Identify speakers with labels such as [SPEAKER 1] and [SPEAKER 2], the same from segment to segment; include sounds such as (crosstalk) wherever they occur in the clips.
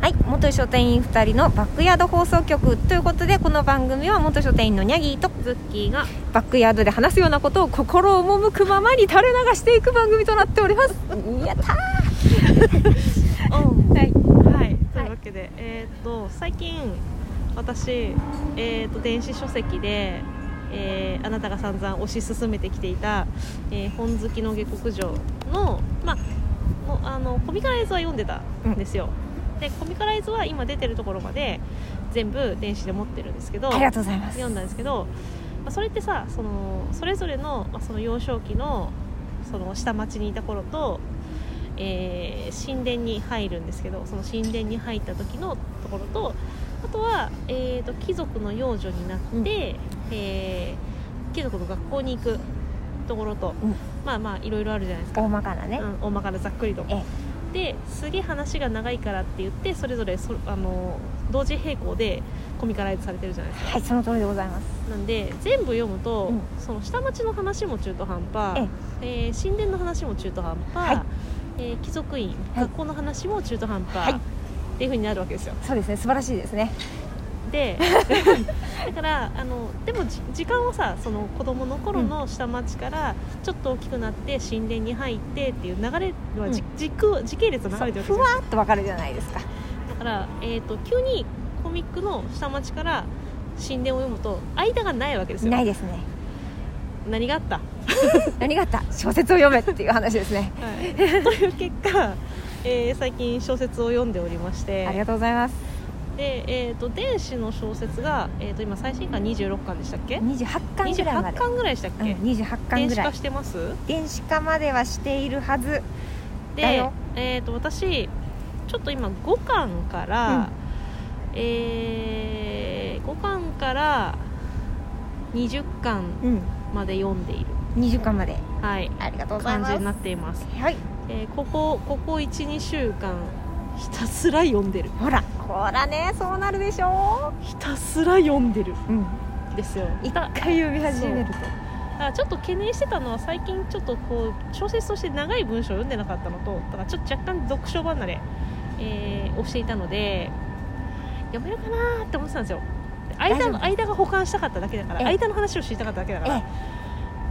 [SPEAKER 1] はい元書店員2人のバックヤード放送局ということでこの番組は元書店員のニャギーと
[SPEAKER 2] ズッキーが
[SPEAKER 1] バックヤードで話すようなことを心赴くままに垂れ流していく番組となっておりますやったーはい
[SPEAKER 2] はいというわけで、えーっと最近私えーっと電子書籍で、えーあなたが散々推し進めてきていた、えー本好きの下克上のまあのあのコミカライズは読んでたんですよ、でコミカライズは今出てるところまで全部電子で持ってるんですけど
[SPEAKER 1] ありがとうございます
[SPEAKER 2] 読んだんですけど、まあ、それってさそのそれぞれの,、まあ、その幼少期のその下町にいた頃と、えー神殿に入るんですけどその神殿に入った時のところとあとは、えー、と貴族の養女になって、
[SPEAKER 1] うん
[SPEAKER 2] えー貴族の学校に行くところと、
[SPEAKER 1] うん
[SPEAKER 2] まあまあいろいろあるじゃないですか
[SPEAKER 1] 大。まかなね、
[SPEAKER 2] うん、大まかなざっくりと
[SPEAKER 1] え
[SPEAKER 2] ですげえ話が長いからって言ってそれぞれそあの同時並行でコミカライズされてるじゃないですか
[SPEAKER 1] はいその通りでございます
[SPEAKER 2] なんで全部読むと、
[SPEAKER 1] うん
[SPEAKER 2] その下町の話も中途半端、えー神殿の話も中途半端、
[SPEAKER 1] はい
[SPEAKER 2] えー貴族院、
[SPEAKER 1] はい
[SPEAKER 2] 学校の話も中途半端、
[SPEAKER 1] はい
[SPEAKER 2] っていう風になるわけですよ
[SPEAKER 1] そうですね素晴らしいですね (laughs)
[SPEAKER 2] でだからあのでもじ時間をさその子供の頃の下町からちょっと大きくなって神殿に入ってっていう流れはじ、
[SPEAKER 1] う
[SPEAKER 2] 時空時系列が流れてるわけで
[SPEAKER 1] ふ
[SPEAKER 2] すよ
[SPEAKER 1] わっとわかるじゃないですか
[SPEAKER 2] だから、えー、と急にコミックの下町から神殿を読むと間がないわけですよ
[SPEAKER 1] ないですね
[SPEAKER 2] 何があった、は
[SPEAKER 1] 何があった小説を読めっていう話です (laughs) ね
[SPEAKER 2] い、という結果、えー最近小説を読んでおりまして
[SPEAKER 1] ありがとうございます
[SPEAKER 2] で、えー、と電子の小説が、えー、と今最新巻26巻でしたっけ
[SPEAKER 1] 28巻ぐらいま
[SPEAKER 2] 28
[SPEAKER 1] で
[SPEAKER 2] 巻ぐらいでしたっけ、
[SPEAKER 1] うん、28巻
[SPEAKER 2] 電
[SPEAKER 1] ぐ
[SPEAKER 2] 子
[SPEAKER 1] ら
[SPEAKER 2] 化
[SPEAKER 1] い
[SPEAKER 2] してます
[SPEAKER 1] 電子化まではしているはずだ
[SPEAKER 2] で
[SPEAKER 1] よ、
[SPEAKER 2] えー、と私ちょっと今5巻から、え5巻から20巻
[SPEAKER 1] うん
[SPEAKER 2] まで読んでいる
[SPEAKER 1] 20巻まで
[SPEAKER 2] はい
[SPEAKER 1] ありがとうござい
[SPEAKER 2] 感
[SPEAKER 1] ま
[SPEAKER 2] じ
[SPEAKER 1] す
[SPEAKER 2] になっています、
[SPEAKER 1] はい
[SPEAKER 2] えーここここ12週間ひたすら読んでる
[SPEAKER 1] ほらほらねそうなるでしょ
[SPEAKER 2] ひたすら読んでる
[SPEAKER 1] う、うん、
[SPEAKER 2] ですよ
[SPEAKER 1] 一
[SPEAKER 2] だ
[SPEAKER 1] 回読み始めると
[SPEAKER 2] だからちょっと懸念してたのは最近ちょっとこう小説として長い文章を読んでなかったのとだからちょっと若干読書離れ、えーをしていたので読めるかなーって思ってたんですよで間の
[SPEAKER 1] 大
[SPEAKER 2] 間が保管したかっただけだから
[SPEAKER 1] ええ
[SPEAKER 2] 間の話を知りたかっただけだから
[SPEAKER 1] え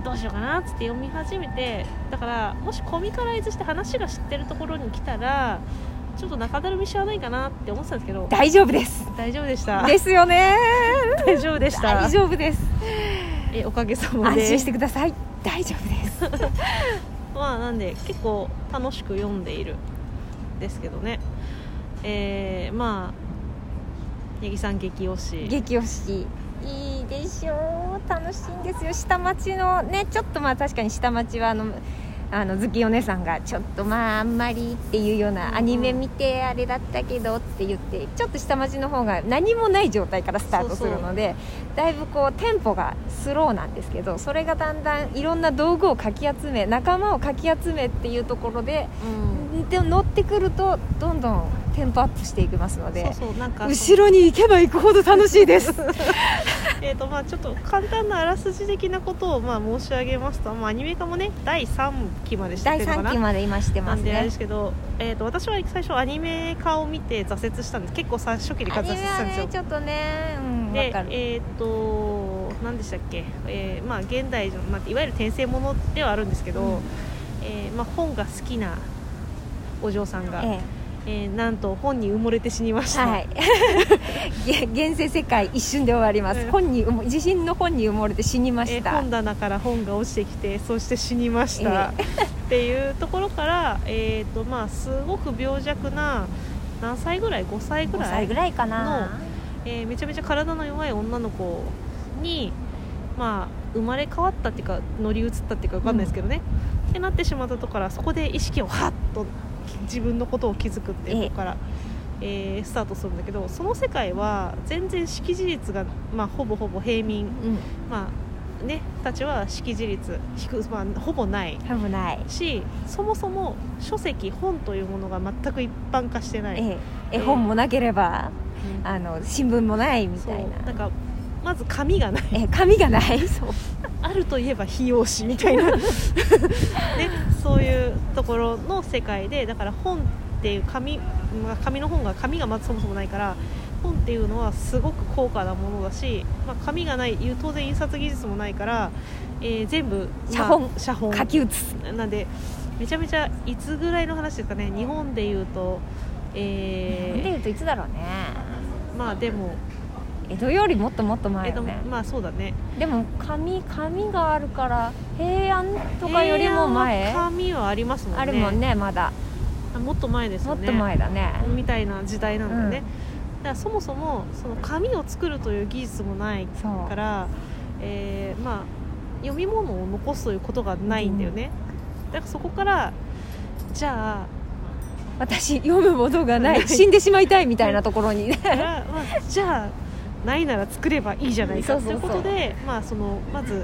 [SPEAKER 2] どうしようかなっつって読み始めてだからもしコミカライズして話が知ってるところに来たらちょっと中だるみしちゃわないかなって思ってたんですけど
[SPEAKER 1] 大丈夫です
[SPEAKER 2] 大丈夫でした
[SPEAKER 1] ですよね
[SPEAKER 2] 大丈夫でした
[SPEAKER 1] (laughs) 大丈夫です
[SPEAKER 2] えおかげさま
[SPEAKER 1] 安
[SPEAKER 2] で
[SPEAKER 1] 心してください大丈夫です
[SPEAKER 2] まあなんで結構楽しく読んでいるんですけどねえー、まあ八木さん激推し
[SPEAKER 1] 激推しいいでしょう楽しいんですよ下町のねちょっとまあ確かに下町はあのあのズキお姉さんがちょっとまああんまりっていうよう
[SPEAKER 2] うんうん
[SPEAKER 1] なアニメ見てあれだったけどって言ってちょっと下町の方が何もない状態からスタートするのでだいぶこうテンポがスローなんですけどそれがだんだんいろんな道具をかき集め仲間をかき集めっていうところで
[SPEAKER 2] うん
[SPEAKER 1] で乗ってくるとどんどんテンポアップしていきますので
[SPEAKER 2] そうそうなんかその
[SPEAKER 1] 後ろに行けば行くほど楽しいです
[SPEAKER 2] えーとまあ、ちょっと簡単なあらすじ的なことをまあ申し上げますと、まあ、アニメ化もね第3期まで知って
[SPEAKER 1] 第
[SPEAKER 2] るのか
[SPEAKER 1] 3
[SPEAKER 2] な
[SPEAKER 1] 期まで今して
[SPEAKER 2] な
[SPEAKER 1] ます
[SPEAKER 2] んであれで
[SPEAKER 1] ね
[SPEAKER 2] すけど、えー、と私は最初アニメ化を見て挫折したんです結構さ初期で
[SPEAKER 1] ア
[SPEAKER 2] 挫
[SPEAKER 1] ニ
[SPEAKER 2] 折
[SPEAKER 1] メ
[SPEAKER 2] し
[SPEAKER 1] は
[SPEAKER 2] たんですよ
[SPEAKER 1] ねちょっとねうんわ
[SPEAKER 2] で
[SPEAKER 1] かる
[SPEAKER 2] えっ、と何でしたっけ、えーまあ、現代の、まあ、いわゆる転生ものではあるんですけど、
[SPEAKER 1] うん
[SPEAKER 2] えーまあ、本が好きなお嬢さんが、え
[SPEAKER 1] え
[SPEAKER 2] ーなんと本に埋もれて死にまし
[SPEAKER 1] え
[SPEAKER 2] た、
[SPEAKER 1] はいげ
[SPEAKER 2] (laughs)
[SPEAKER 1] 現世世界一瞬で終わります、
[SPEAKER 2] うん
[SPEAKER 1] 本に埋も地震の本に埋もれて死にま
[SPEAKER 2] え
[SPEAKER 1] し
[SPEAKER 2] ー
[SPEAKER 1] た、
[SPEAKER 2] 本棚から本が落ちてきてそして死にました、 (laughs) っていうところから、えーとまあ、すごく病弱な何歳ぐらい5歳ぐ
[SPEAKER 1] 5
[SPEAKER 2] らい
[SPEAKER 1] 歳ぐらいかな
[SPEAKER 2] えーめちゃめちゃ体の弱い女の子に、まあ、生まれ変わったっていうか乗り移ったっていうか分かんないですけどね、ってなってしまったとこからそこで意識をはっと自分のことを気づくっていうとこから、えースタートするんだけどその世界は全然識字率が、まあ、ほぼほぼ平民、
[SPEAKER 1] うん
[SPEAKER 2] まあね、たちは識字率低、まあ、ほぼない
[SPEAKER 1] 多分ない
[SPEAKER 2] しそもそも書籍本というものが全く一般化してない。
[SPEAKER 1] ええ絵本もなければあの新聞もないみ
[SPEAKER 2] そ
[SPEAKER 1] たいうな
[SPEAKER 2] なんかまず紙がない
[SPEAKER 1] ええ紙がない
[SPEAKER 2] (laughs)
[SPEAKER 1] そう
[SPEAKER 2] あるといえば非用紙みた
[SPEAKER 1] (laughs)
[SPEAKER 2] いな、ね、そういうところの世界でだから本っていう紙まあ、紙の本が紙がまずそもそもないから本っていうのはすごく高価なものだし、まあ、紙がないいう当然印刷技術もないから、えー全部、まあ
[SPEAKER 1] 写本
[SPEAKER 2] 写本
[SPEAKER 1] 書き写す
[SPEAKER 2] なんでめちゃめちゃいつぐらいの話ですかね日本でいうと、え
[SPEAKER 1] なん
[SPEAKER 2] ー
[SPEAKER 1] ていうといつだろうね
[SPEAKER 2] まあでも、
[SPEAKER 1] 江戸よりもっともっと
[SPEAKER 2] え
[SPEAKER 1] 前
[SPEAKER 2] っと
[SPEAKER 1] よね、
[SPEAKER 2] まあそうだね
[SPEAKER 1] でも紙紙があるから平安とかよりも前
[SPEAKER 2] 平安は紙はありますもんね
[SPEAKER 1] あるもんねまだ
[SPEAKER 2] あもっと前です
[SPEAKER 1] も
[SPEAKER 2] よ
[SPEAKER 1] っ
[SPEAKER 2] ね
[SPEAKER 1] と前だね
[SPEAKER 2] みたいな時代なんだよね、だからそもそもその紙を作るという技術もない
[SPEAKER 1] そう
[SPEAKER 2] から、えーまあ、読み物を残すということがないんだよね、だからそこからじゃ
[SPEAKER 1] (laughs)
[SPEAKER 2] あ
[SPEAKER 1] 私読むものがな
[SPEAKER 2] ないい
[SPEAKER 1] 死んでしまいたいみたいなところにね
[SPEAKER 2] だからまあじゃあないなら作ればいいじゃない
[SPEAKER 1] そ
[SPEAKER 2] かと
[SPEAKER 1] うそう
[SPEAKER 2] い
[SPEAKER 1] そう
[SPEAKER 2] うことでまあそのまず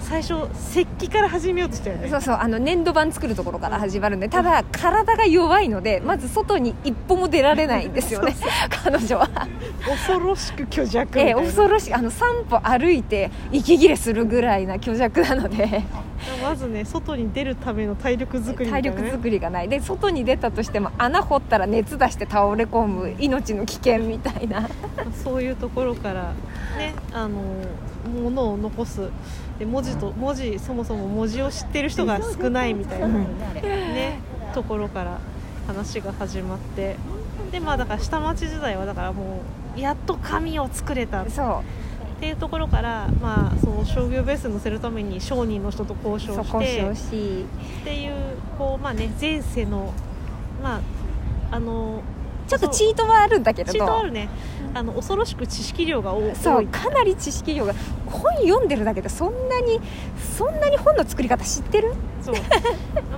[SPEAKER 2] 最初石器から始めようとしたよ
[SPEAKER 1] (laughs)
[SPEAKER 2] ね
[SPEAKER 1] そうそうあの粘土板作るところから始まるんでただ体が弱いのでまず外に一歩も出られないんですよね (laughs) 彼女は、
[SPEAKER 2] 恐ろしく虚弱みたい
[SPEAKER 1] え
[SPEAKER 2] な
[SPEAKER 1] ー、恐ろしいあの3歩歩いて息切れするぐらいな虚弱なので
[SPEAKER 2] まずね外に出るための体力作りみた
[SPEAKER 1] 体
[SPEAKER 2] いなね、
[SPEAKER 1] 力作りがないで外に出たとしても穴掘ったら熱出して倒れ込む命の危険みたいな
[SPEAKER 2] そういうところからねあの物を残すで文字と文字そもそも文字を知ってる人が少ないみたいなねところから話が始まってでまあだから下町時代はだからもうやっと紙を作れたっ
[SPEAKER 1] そ
[SPEAKER 2] ていうところからまあその商業ベースに乗せるために商人の人と交
[SPEAKER 1] うそ
[SPEAKER 2] 渉し
[SPEAKER 1] こして
[SPEAKER 2] て
[SPEAKER 1] ほしい
[SPEAKER 2] っていうこうまあね前世のまああの
[SPEAKER 1] ちょっとチートはあるんだけれど
[SPEAKER 2] チートあるねあの恐ろしく知識量が多
[SPEAKER 1] そ
[SPEAKER 2] 多
[SPEAKER 1] う
[SPEAKER 2] い
[SPEAKER 1] かなり知識量が本読んでるだけでそんなにそんなに本の作り方知ってる
[SPEAKER 2] そう (laughs)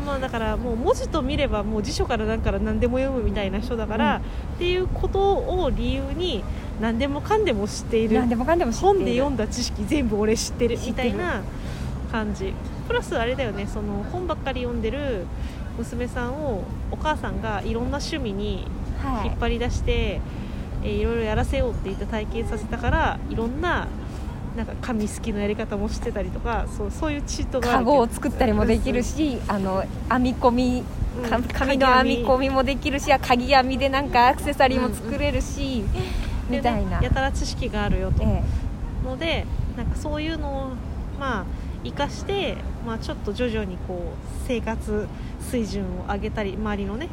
[SPEAKER 2] まあだからもう文字と見ればもう辞書から何から何でも読むみたいな人だから、
[SPEAKER 1] う
[SPEAKER 2] っていうことを理由に何でもかんでも知っている
[SPEAKER 1] 何でもかんでも知ってる
[SPEAKER 2] 本で読んだ知識全部俺知ってる
[SPEAKER 1] 知っ
[SPEAKER 2] み
[SPEAKER 1] て
[SPEAKER 2] た
[SPEAKER 1] る
[SPEAKER 2] いな感じプラスあれだよねその本ばっかり読んでる娘さんをお母さんがいろんな趣味に
[SPEAKER 1] は
[SPEAKER 2] 引っ張り出して、えーいろいろやらせようって言って体験させたからいろんななんか紙好きのやり方も知ってたりとかそうそういうチートがあるけど
[SPEAKER 1] 籠を作ったりもできるしあの編み込みか
[SPEAKER 2] うん
[SPEAKER 1] 紙の編み込みもできるし鍵編みでなんかアクセサリーも作れるし、
[SPEAKER 2] で
[SPEAKER 1] みたいな、
[SPEAKER 2] やたら知識があるよと、
[SPEAKER 1] え
[SPEAKER 2] のでなんかそういうのをまあ生かして、まあ、ちょっと徐々にこう生活水準を上げたり周りのね、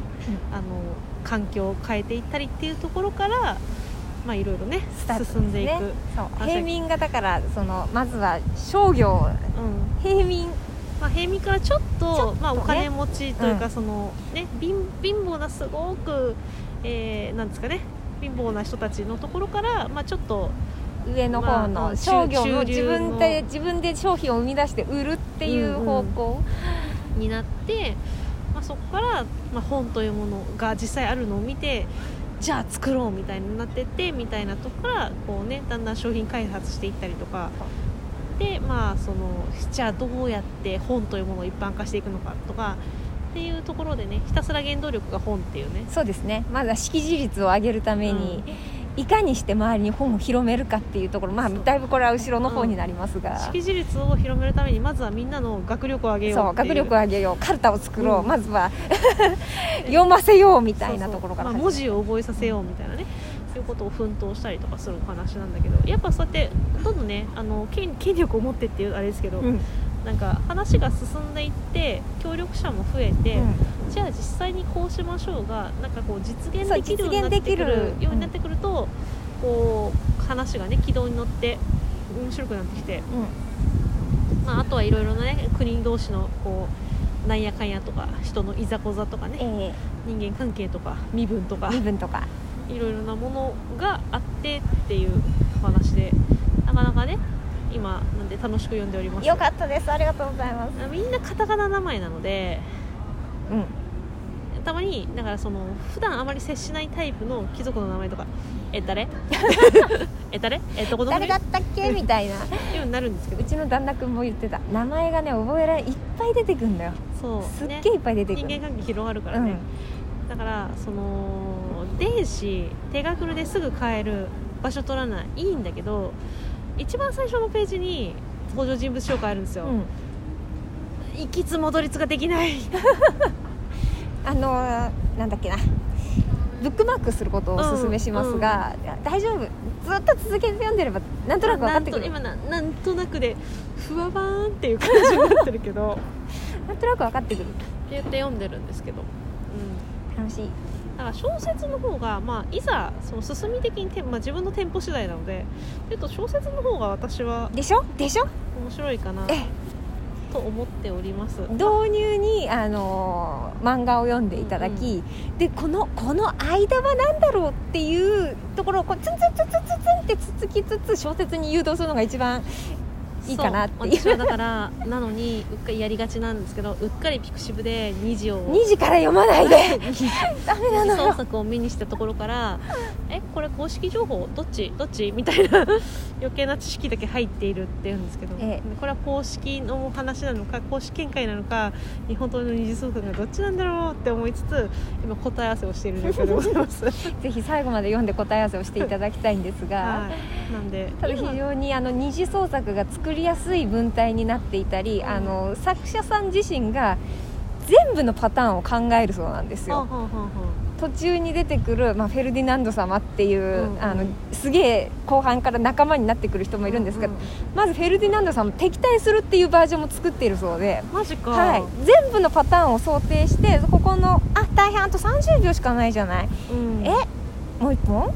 [SPEAKER 2] あの環境を変えていったりっていうところからまあいろいろね
[SPEAKER 1] スタートですね
[SPEAKER 2] 進んでいく、うん、
[SPEAKER 1] そう平民がだからそのまずは商業平民
[SPEAKER 2] まあ、平民からちょっと
[SPEAKER 1] ちょっとね
[SPEAKER 2] まあ、お金持ちというか、
[SPEAKER 1] うん
[SPEAKER 2] そのね貧貧乏なすごく、えーなんですかね貧乏な人たちのところから、まあ、ちょっと
[SPEAKER 1] 上の方
[SPEAKER 2] まあう
[SPEAKER 1] の
[SPEAKER 2] ん
[SPEAKER 1] 商業の
[SPEAKER 2] 中
[SPEAKER 1] 自
[SPEAKER 2] 中流の
[SPEAKER 1] 分で自分で商品を生み出して売るっていう方向、
[SPEAKER 2] になって、まあ、そこから、まあ、本というものが実際あるのを見てじゃあ作ろうみたいになってってみたいなとこからこう、ね、だんだん商品開発していったりとかで、まあ、そのじゃあどうやって本というものを一般化していくのかとかっていうところでねひたすら原動力が本っていうね。
[SPEAKER 1] そうですねまずは識字率を上げるために、いかにして周りに本を広めるかっていうところまあ
[SPEAKER 2] そう
[SPEAKER 1] だいぶこれは後ろの方になりますが、
[SPEAKER 2] 識字率を広めるためにまずはみんなの学力を上げよう
[SPEAKER 1] そう
[SPEAKER 2] っていう
[SPEAKER 1] 学力を上げようカルタを作ろう、
[SPEAKER 2] うん
[SPEAKER 1] まずは (laughs) 読ませようみたいなところから
[SPEAKER 2] そうそうまあ、文字を覚えさせようみたいなねそういうことを奮闘したりとかするお話なんだけどやっぱそうやってどんどんねあの権権力を持ってっていうあれですけど、
[SPEAKER 1] うん
[SPEAKER 2] なんか話が進んでいって協力者も増えて、じゃあ実際にこうしましょうがなんかこう実現できるようにな
[SPEAKER 1] そう実
[SPEAKER 2] ってくる
[SPEAKER 1] 現できる
[SPEAKER 2] ようになってくると、こう話がね軌道に乗って面白くなってきて、
[SPEAKER 1] うん
[SPEAKER 2] まあ、あとはいろいろなね国同士のこうなんやかんやとか人のいざこざとかね、
[SPEAKER 1] え
[SPEAKER 2] 人間関係とか身分とか
[SPEAKER 1] ー、身分とか
[SPEAKER 2] いろいろなものがあってっていうお話でなかなかね今なんで楽しく読んでおります
[SPEAKER 1] よかったですありがとうございます
[SPEAKER 2] みんなカタカナ名前なのでたまにだからその普段あまり接しないタイプの貴族の名前とか
[SPEAKER 1] (laughs)
[SPEAKER 2] え誰え誰えっと子
[SPEAKER 1] うん、
[SPEAKER 2] 供
[SPEAKER 1] 誰
[SPEAKER 2] ね
[SPEAKER 1] だったっけみたいな
[SPEAKER 2] ようになるんですけど
[SPEAKER 1] うちの旦那君も言ってた名前がね覚えられいっぱい出てくんだよ
[SPEAKER 2] そう
[SPEAKER 1] すっ
[SPEAKER 2] ね
[SPEAKER 1] げえいっぱい出てく
[SPEAKER 2] 人
[SPEAKER 1] る、
[SPEAKER 2] 間関係広がるからね、だからその電子手書きですぐ買える場所取らないいいんだけど一番最初のページに登場人物紹介あるんですよ、
[SPEAKER 1] うん、うん、
[SPEAKER 2] 行きつ戻りつができない
[SPEAKER 1] あのーなんだっけなブックマークすることをお勧めしますが、いや大丈夫ずっと続けて読んでればなんとなく分かってくる
[SPEAKER 2] なんと今ななんとなくでふわばーんっていう感じになってるけど
[SPEAKER 1] なんとなく分かってくる
[SPEAKER 2] 言 (laughs) って読んでるんですけど、うん、
[SPEAKER 1] 楽しい
[SPEAKER 2] だから小説の方が、まあ、いざその進み的にて、まあ、自分のテンポ次第なのでちょっと小説の方が私は
[SPEAKER 1] でしょでしょ
[SPEAKER 2] 面白いかな
[SPEAKER 1] え
[SPEAKER 2] と思っております
[SPEAKER 1] 導入に、あのー漫画を読んでいただき、でこのこの間は何だろうっていうところをこうツンツンツンツンツンツンってつつきつつ小説に誘導するのが一番いいかなっていう
[SPEAKER 2] そう私はだから (laughs) なのにうっかりやりがちなんですけどうっかりピクシブで2時を
[SPEAKER 1] 2時から読まないで (laughs)
[SPEAKER 2] (laughs)
[SPEAKER 1] ダメなの
[SPEAKER 2] 捜
[SPEAKER 1] よ
[SPEAKER 2] 索を目にしたとこ
[SPEAKER 1] (laughs)
[SPEAKER 2] ろからえこれ公式情報どっちどっちみたいな (laughs) 余計な知識だけ入っているっていうんですけど、
[SPEAKER 1] え
[SPEAKER 2] これは公式の話なのか公式見解なのか日本刀の二次創作がどっちなんだろうって思いつつ今答え合わせをしている状況でございます、
[SPEAKER 1] (laughs)
[SPEAKER 2] は
[SPEAKER 1] (laughs) ぜひ最後まで読んで答え合わせをしていただきたいんですが、
[SPEAKER 2] い、なんで
[SPEAKER 1] ただ非常にあの二次創作が作りやすい文体になっていたり、
[SPEAKER 2] うん
[SPEAKER 1] あの作者さん自身が全部のパターンを考えるそうなんです
[SPEAKER 2] 今
[SPEAKER 1] よ
[SPEAKER 2] はんはんはんはん
[SPEAKER 1] 途中に出てくる、まあ、フェルディナンド様っていう、
[SPEAKER 2] うんうん
[SPEAKER 1] あのすげえ後半から仲間になってくる人もいるんですが、
[SPEAKER 2] うう
[SPEAKER 1] まずフェルディナンド様敵対するっていうバージョンも作っているそうで。
[SPEAKER 2] マジか、
[SPEAKER 1] はい、全部のパターンを想定してここのあ大変あと30秒しかないじゃない
[SPEAKER 2] うん
[SPEAKER 1] えもう一本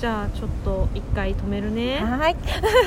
[SPEAKER 2] じゃあちょっと一回止めるね
[SPEAKER 1] はい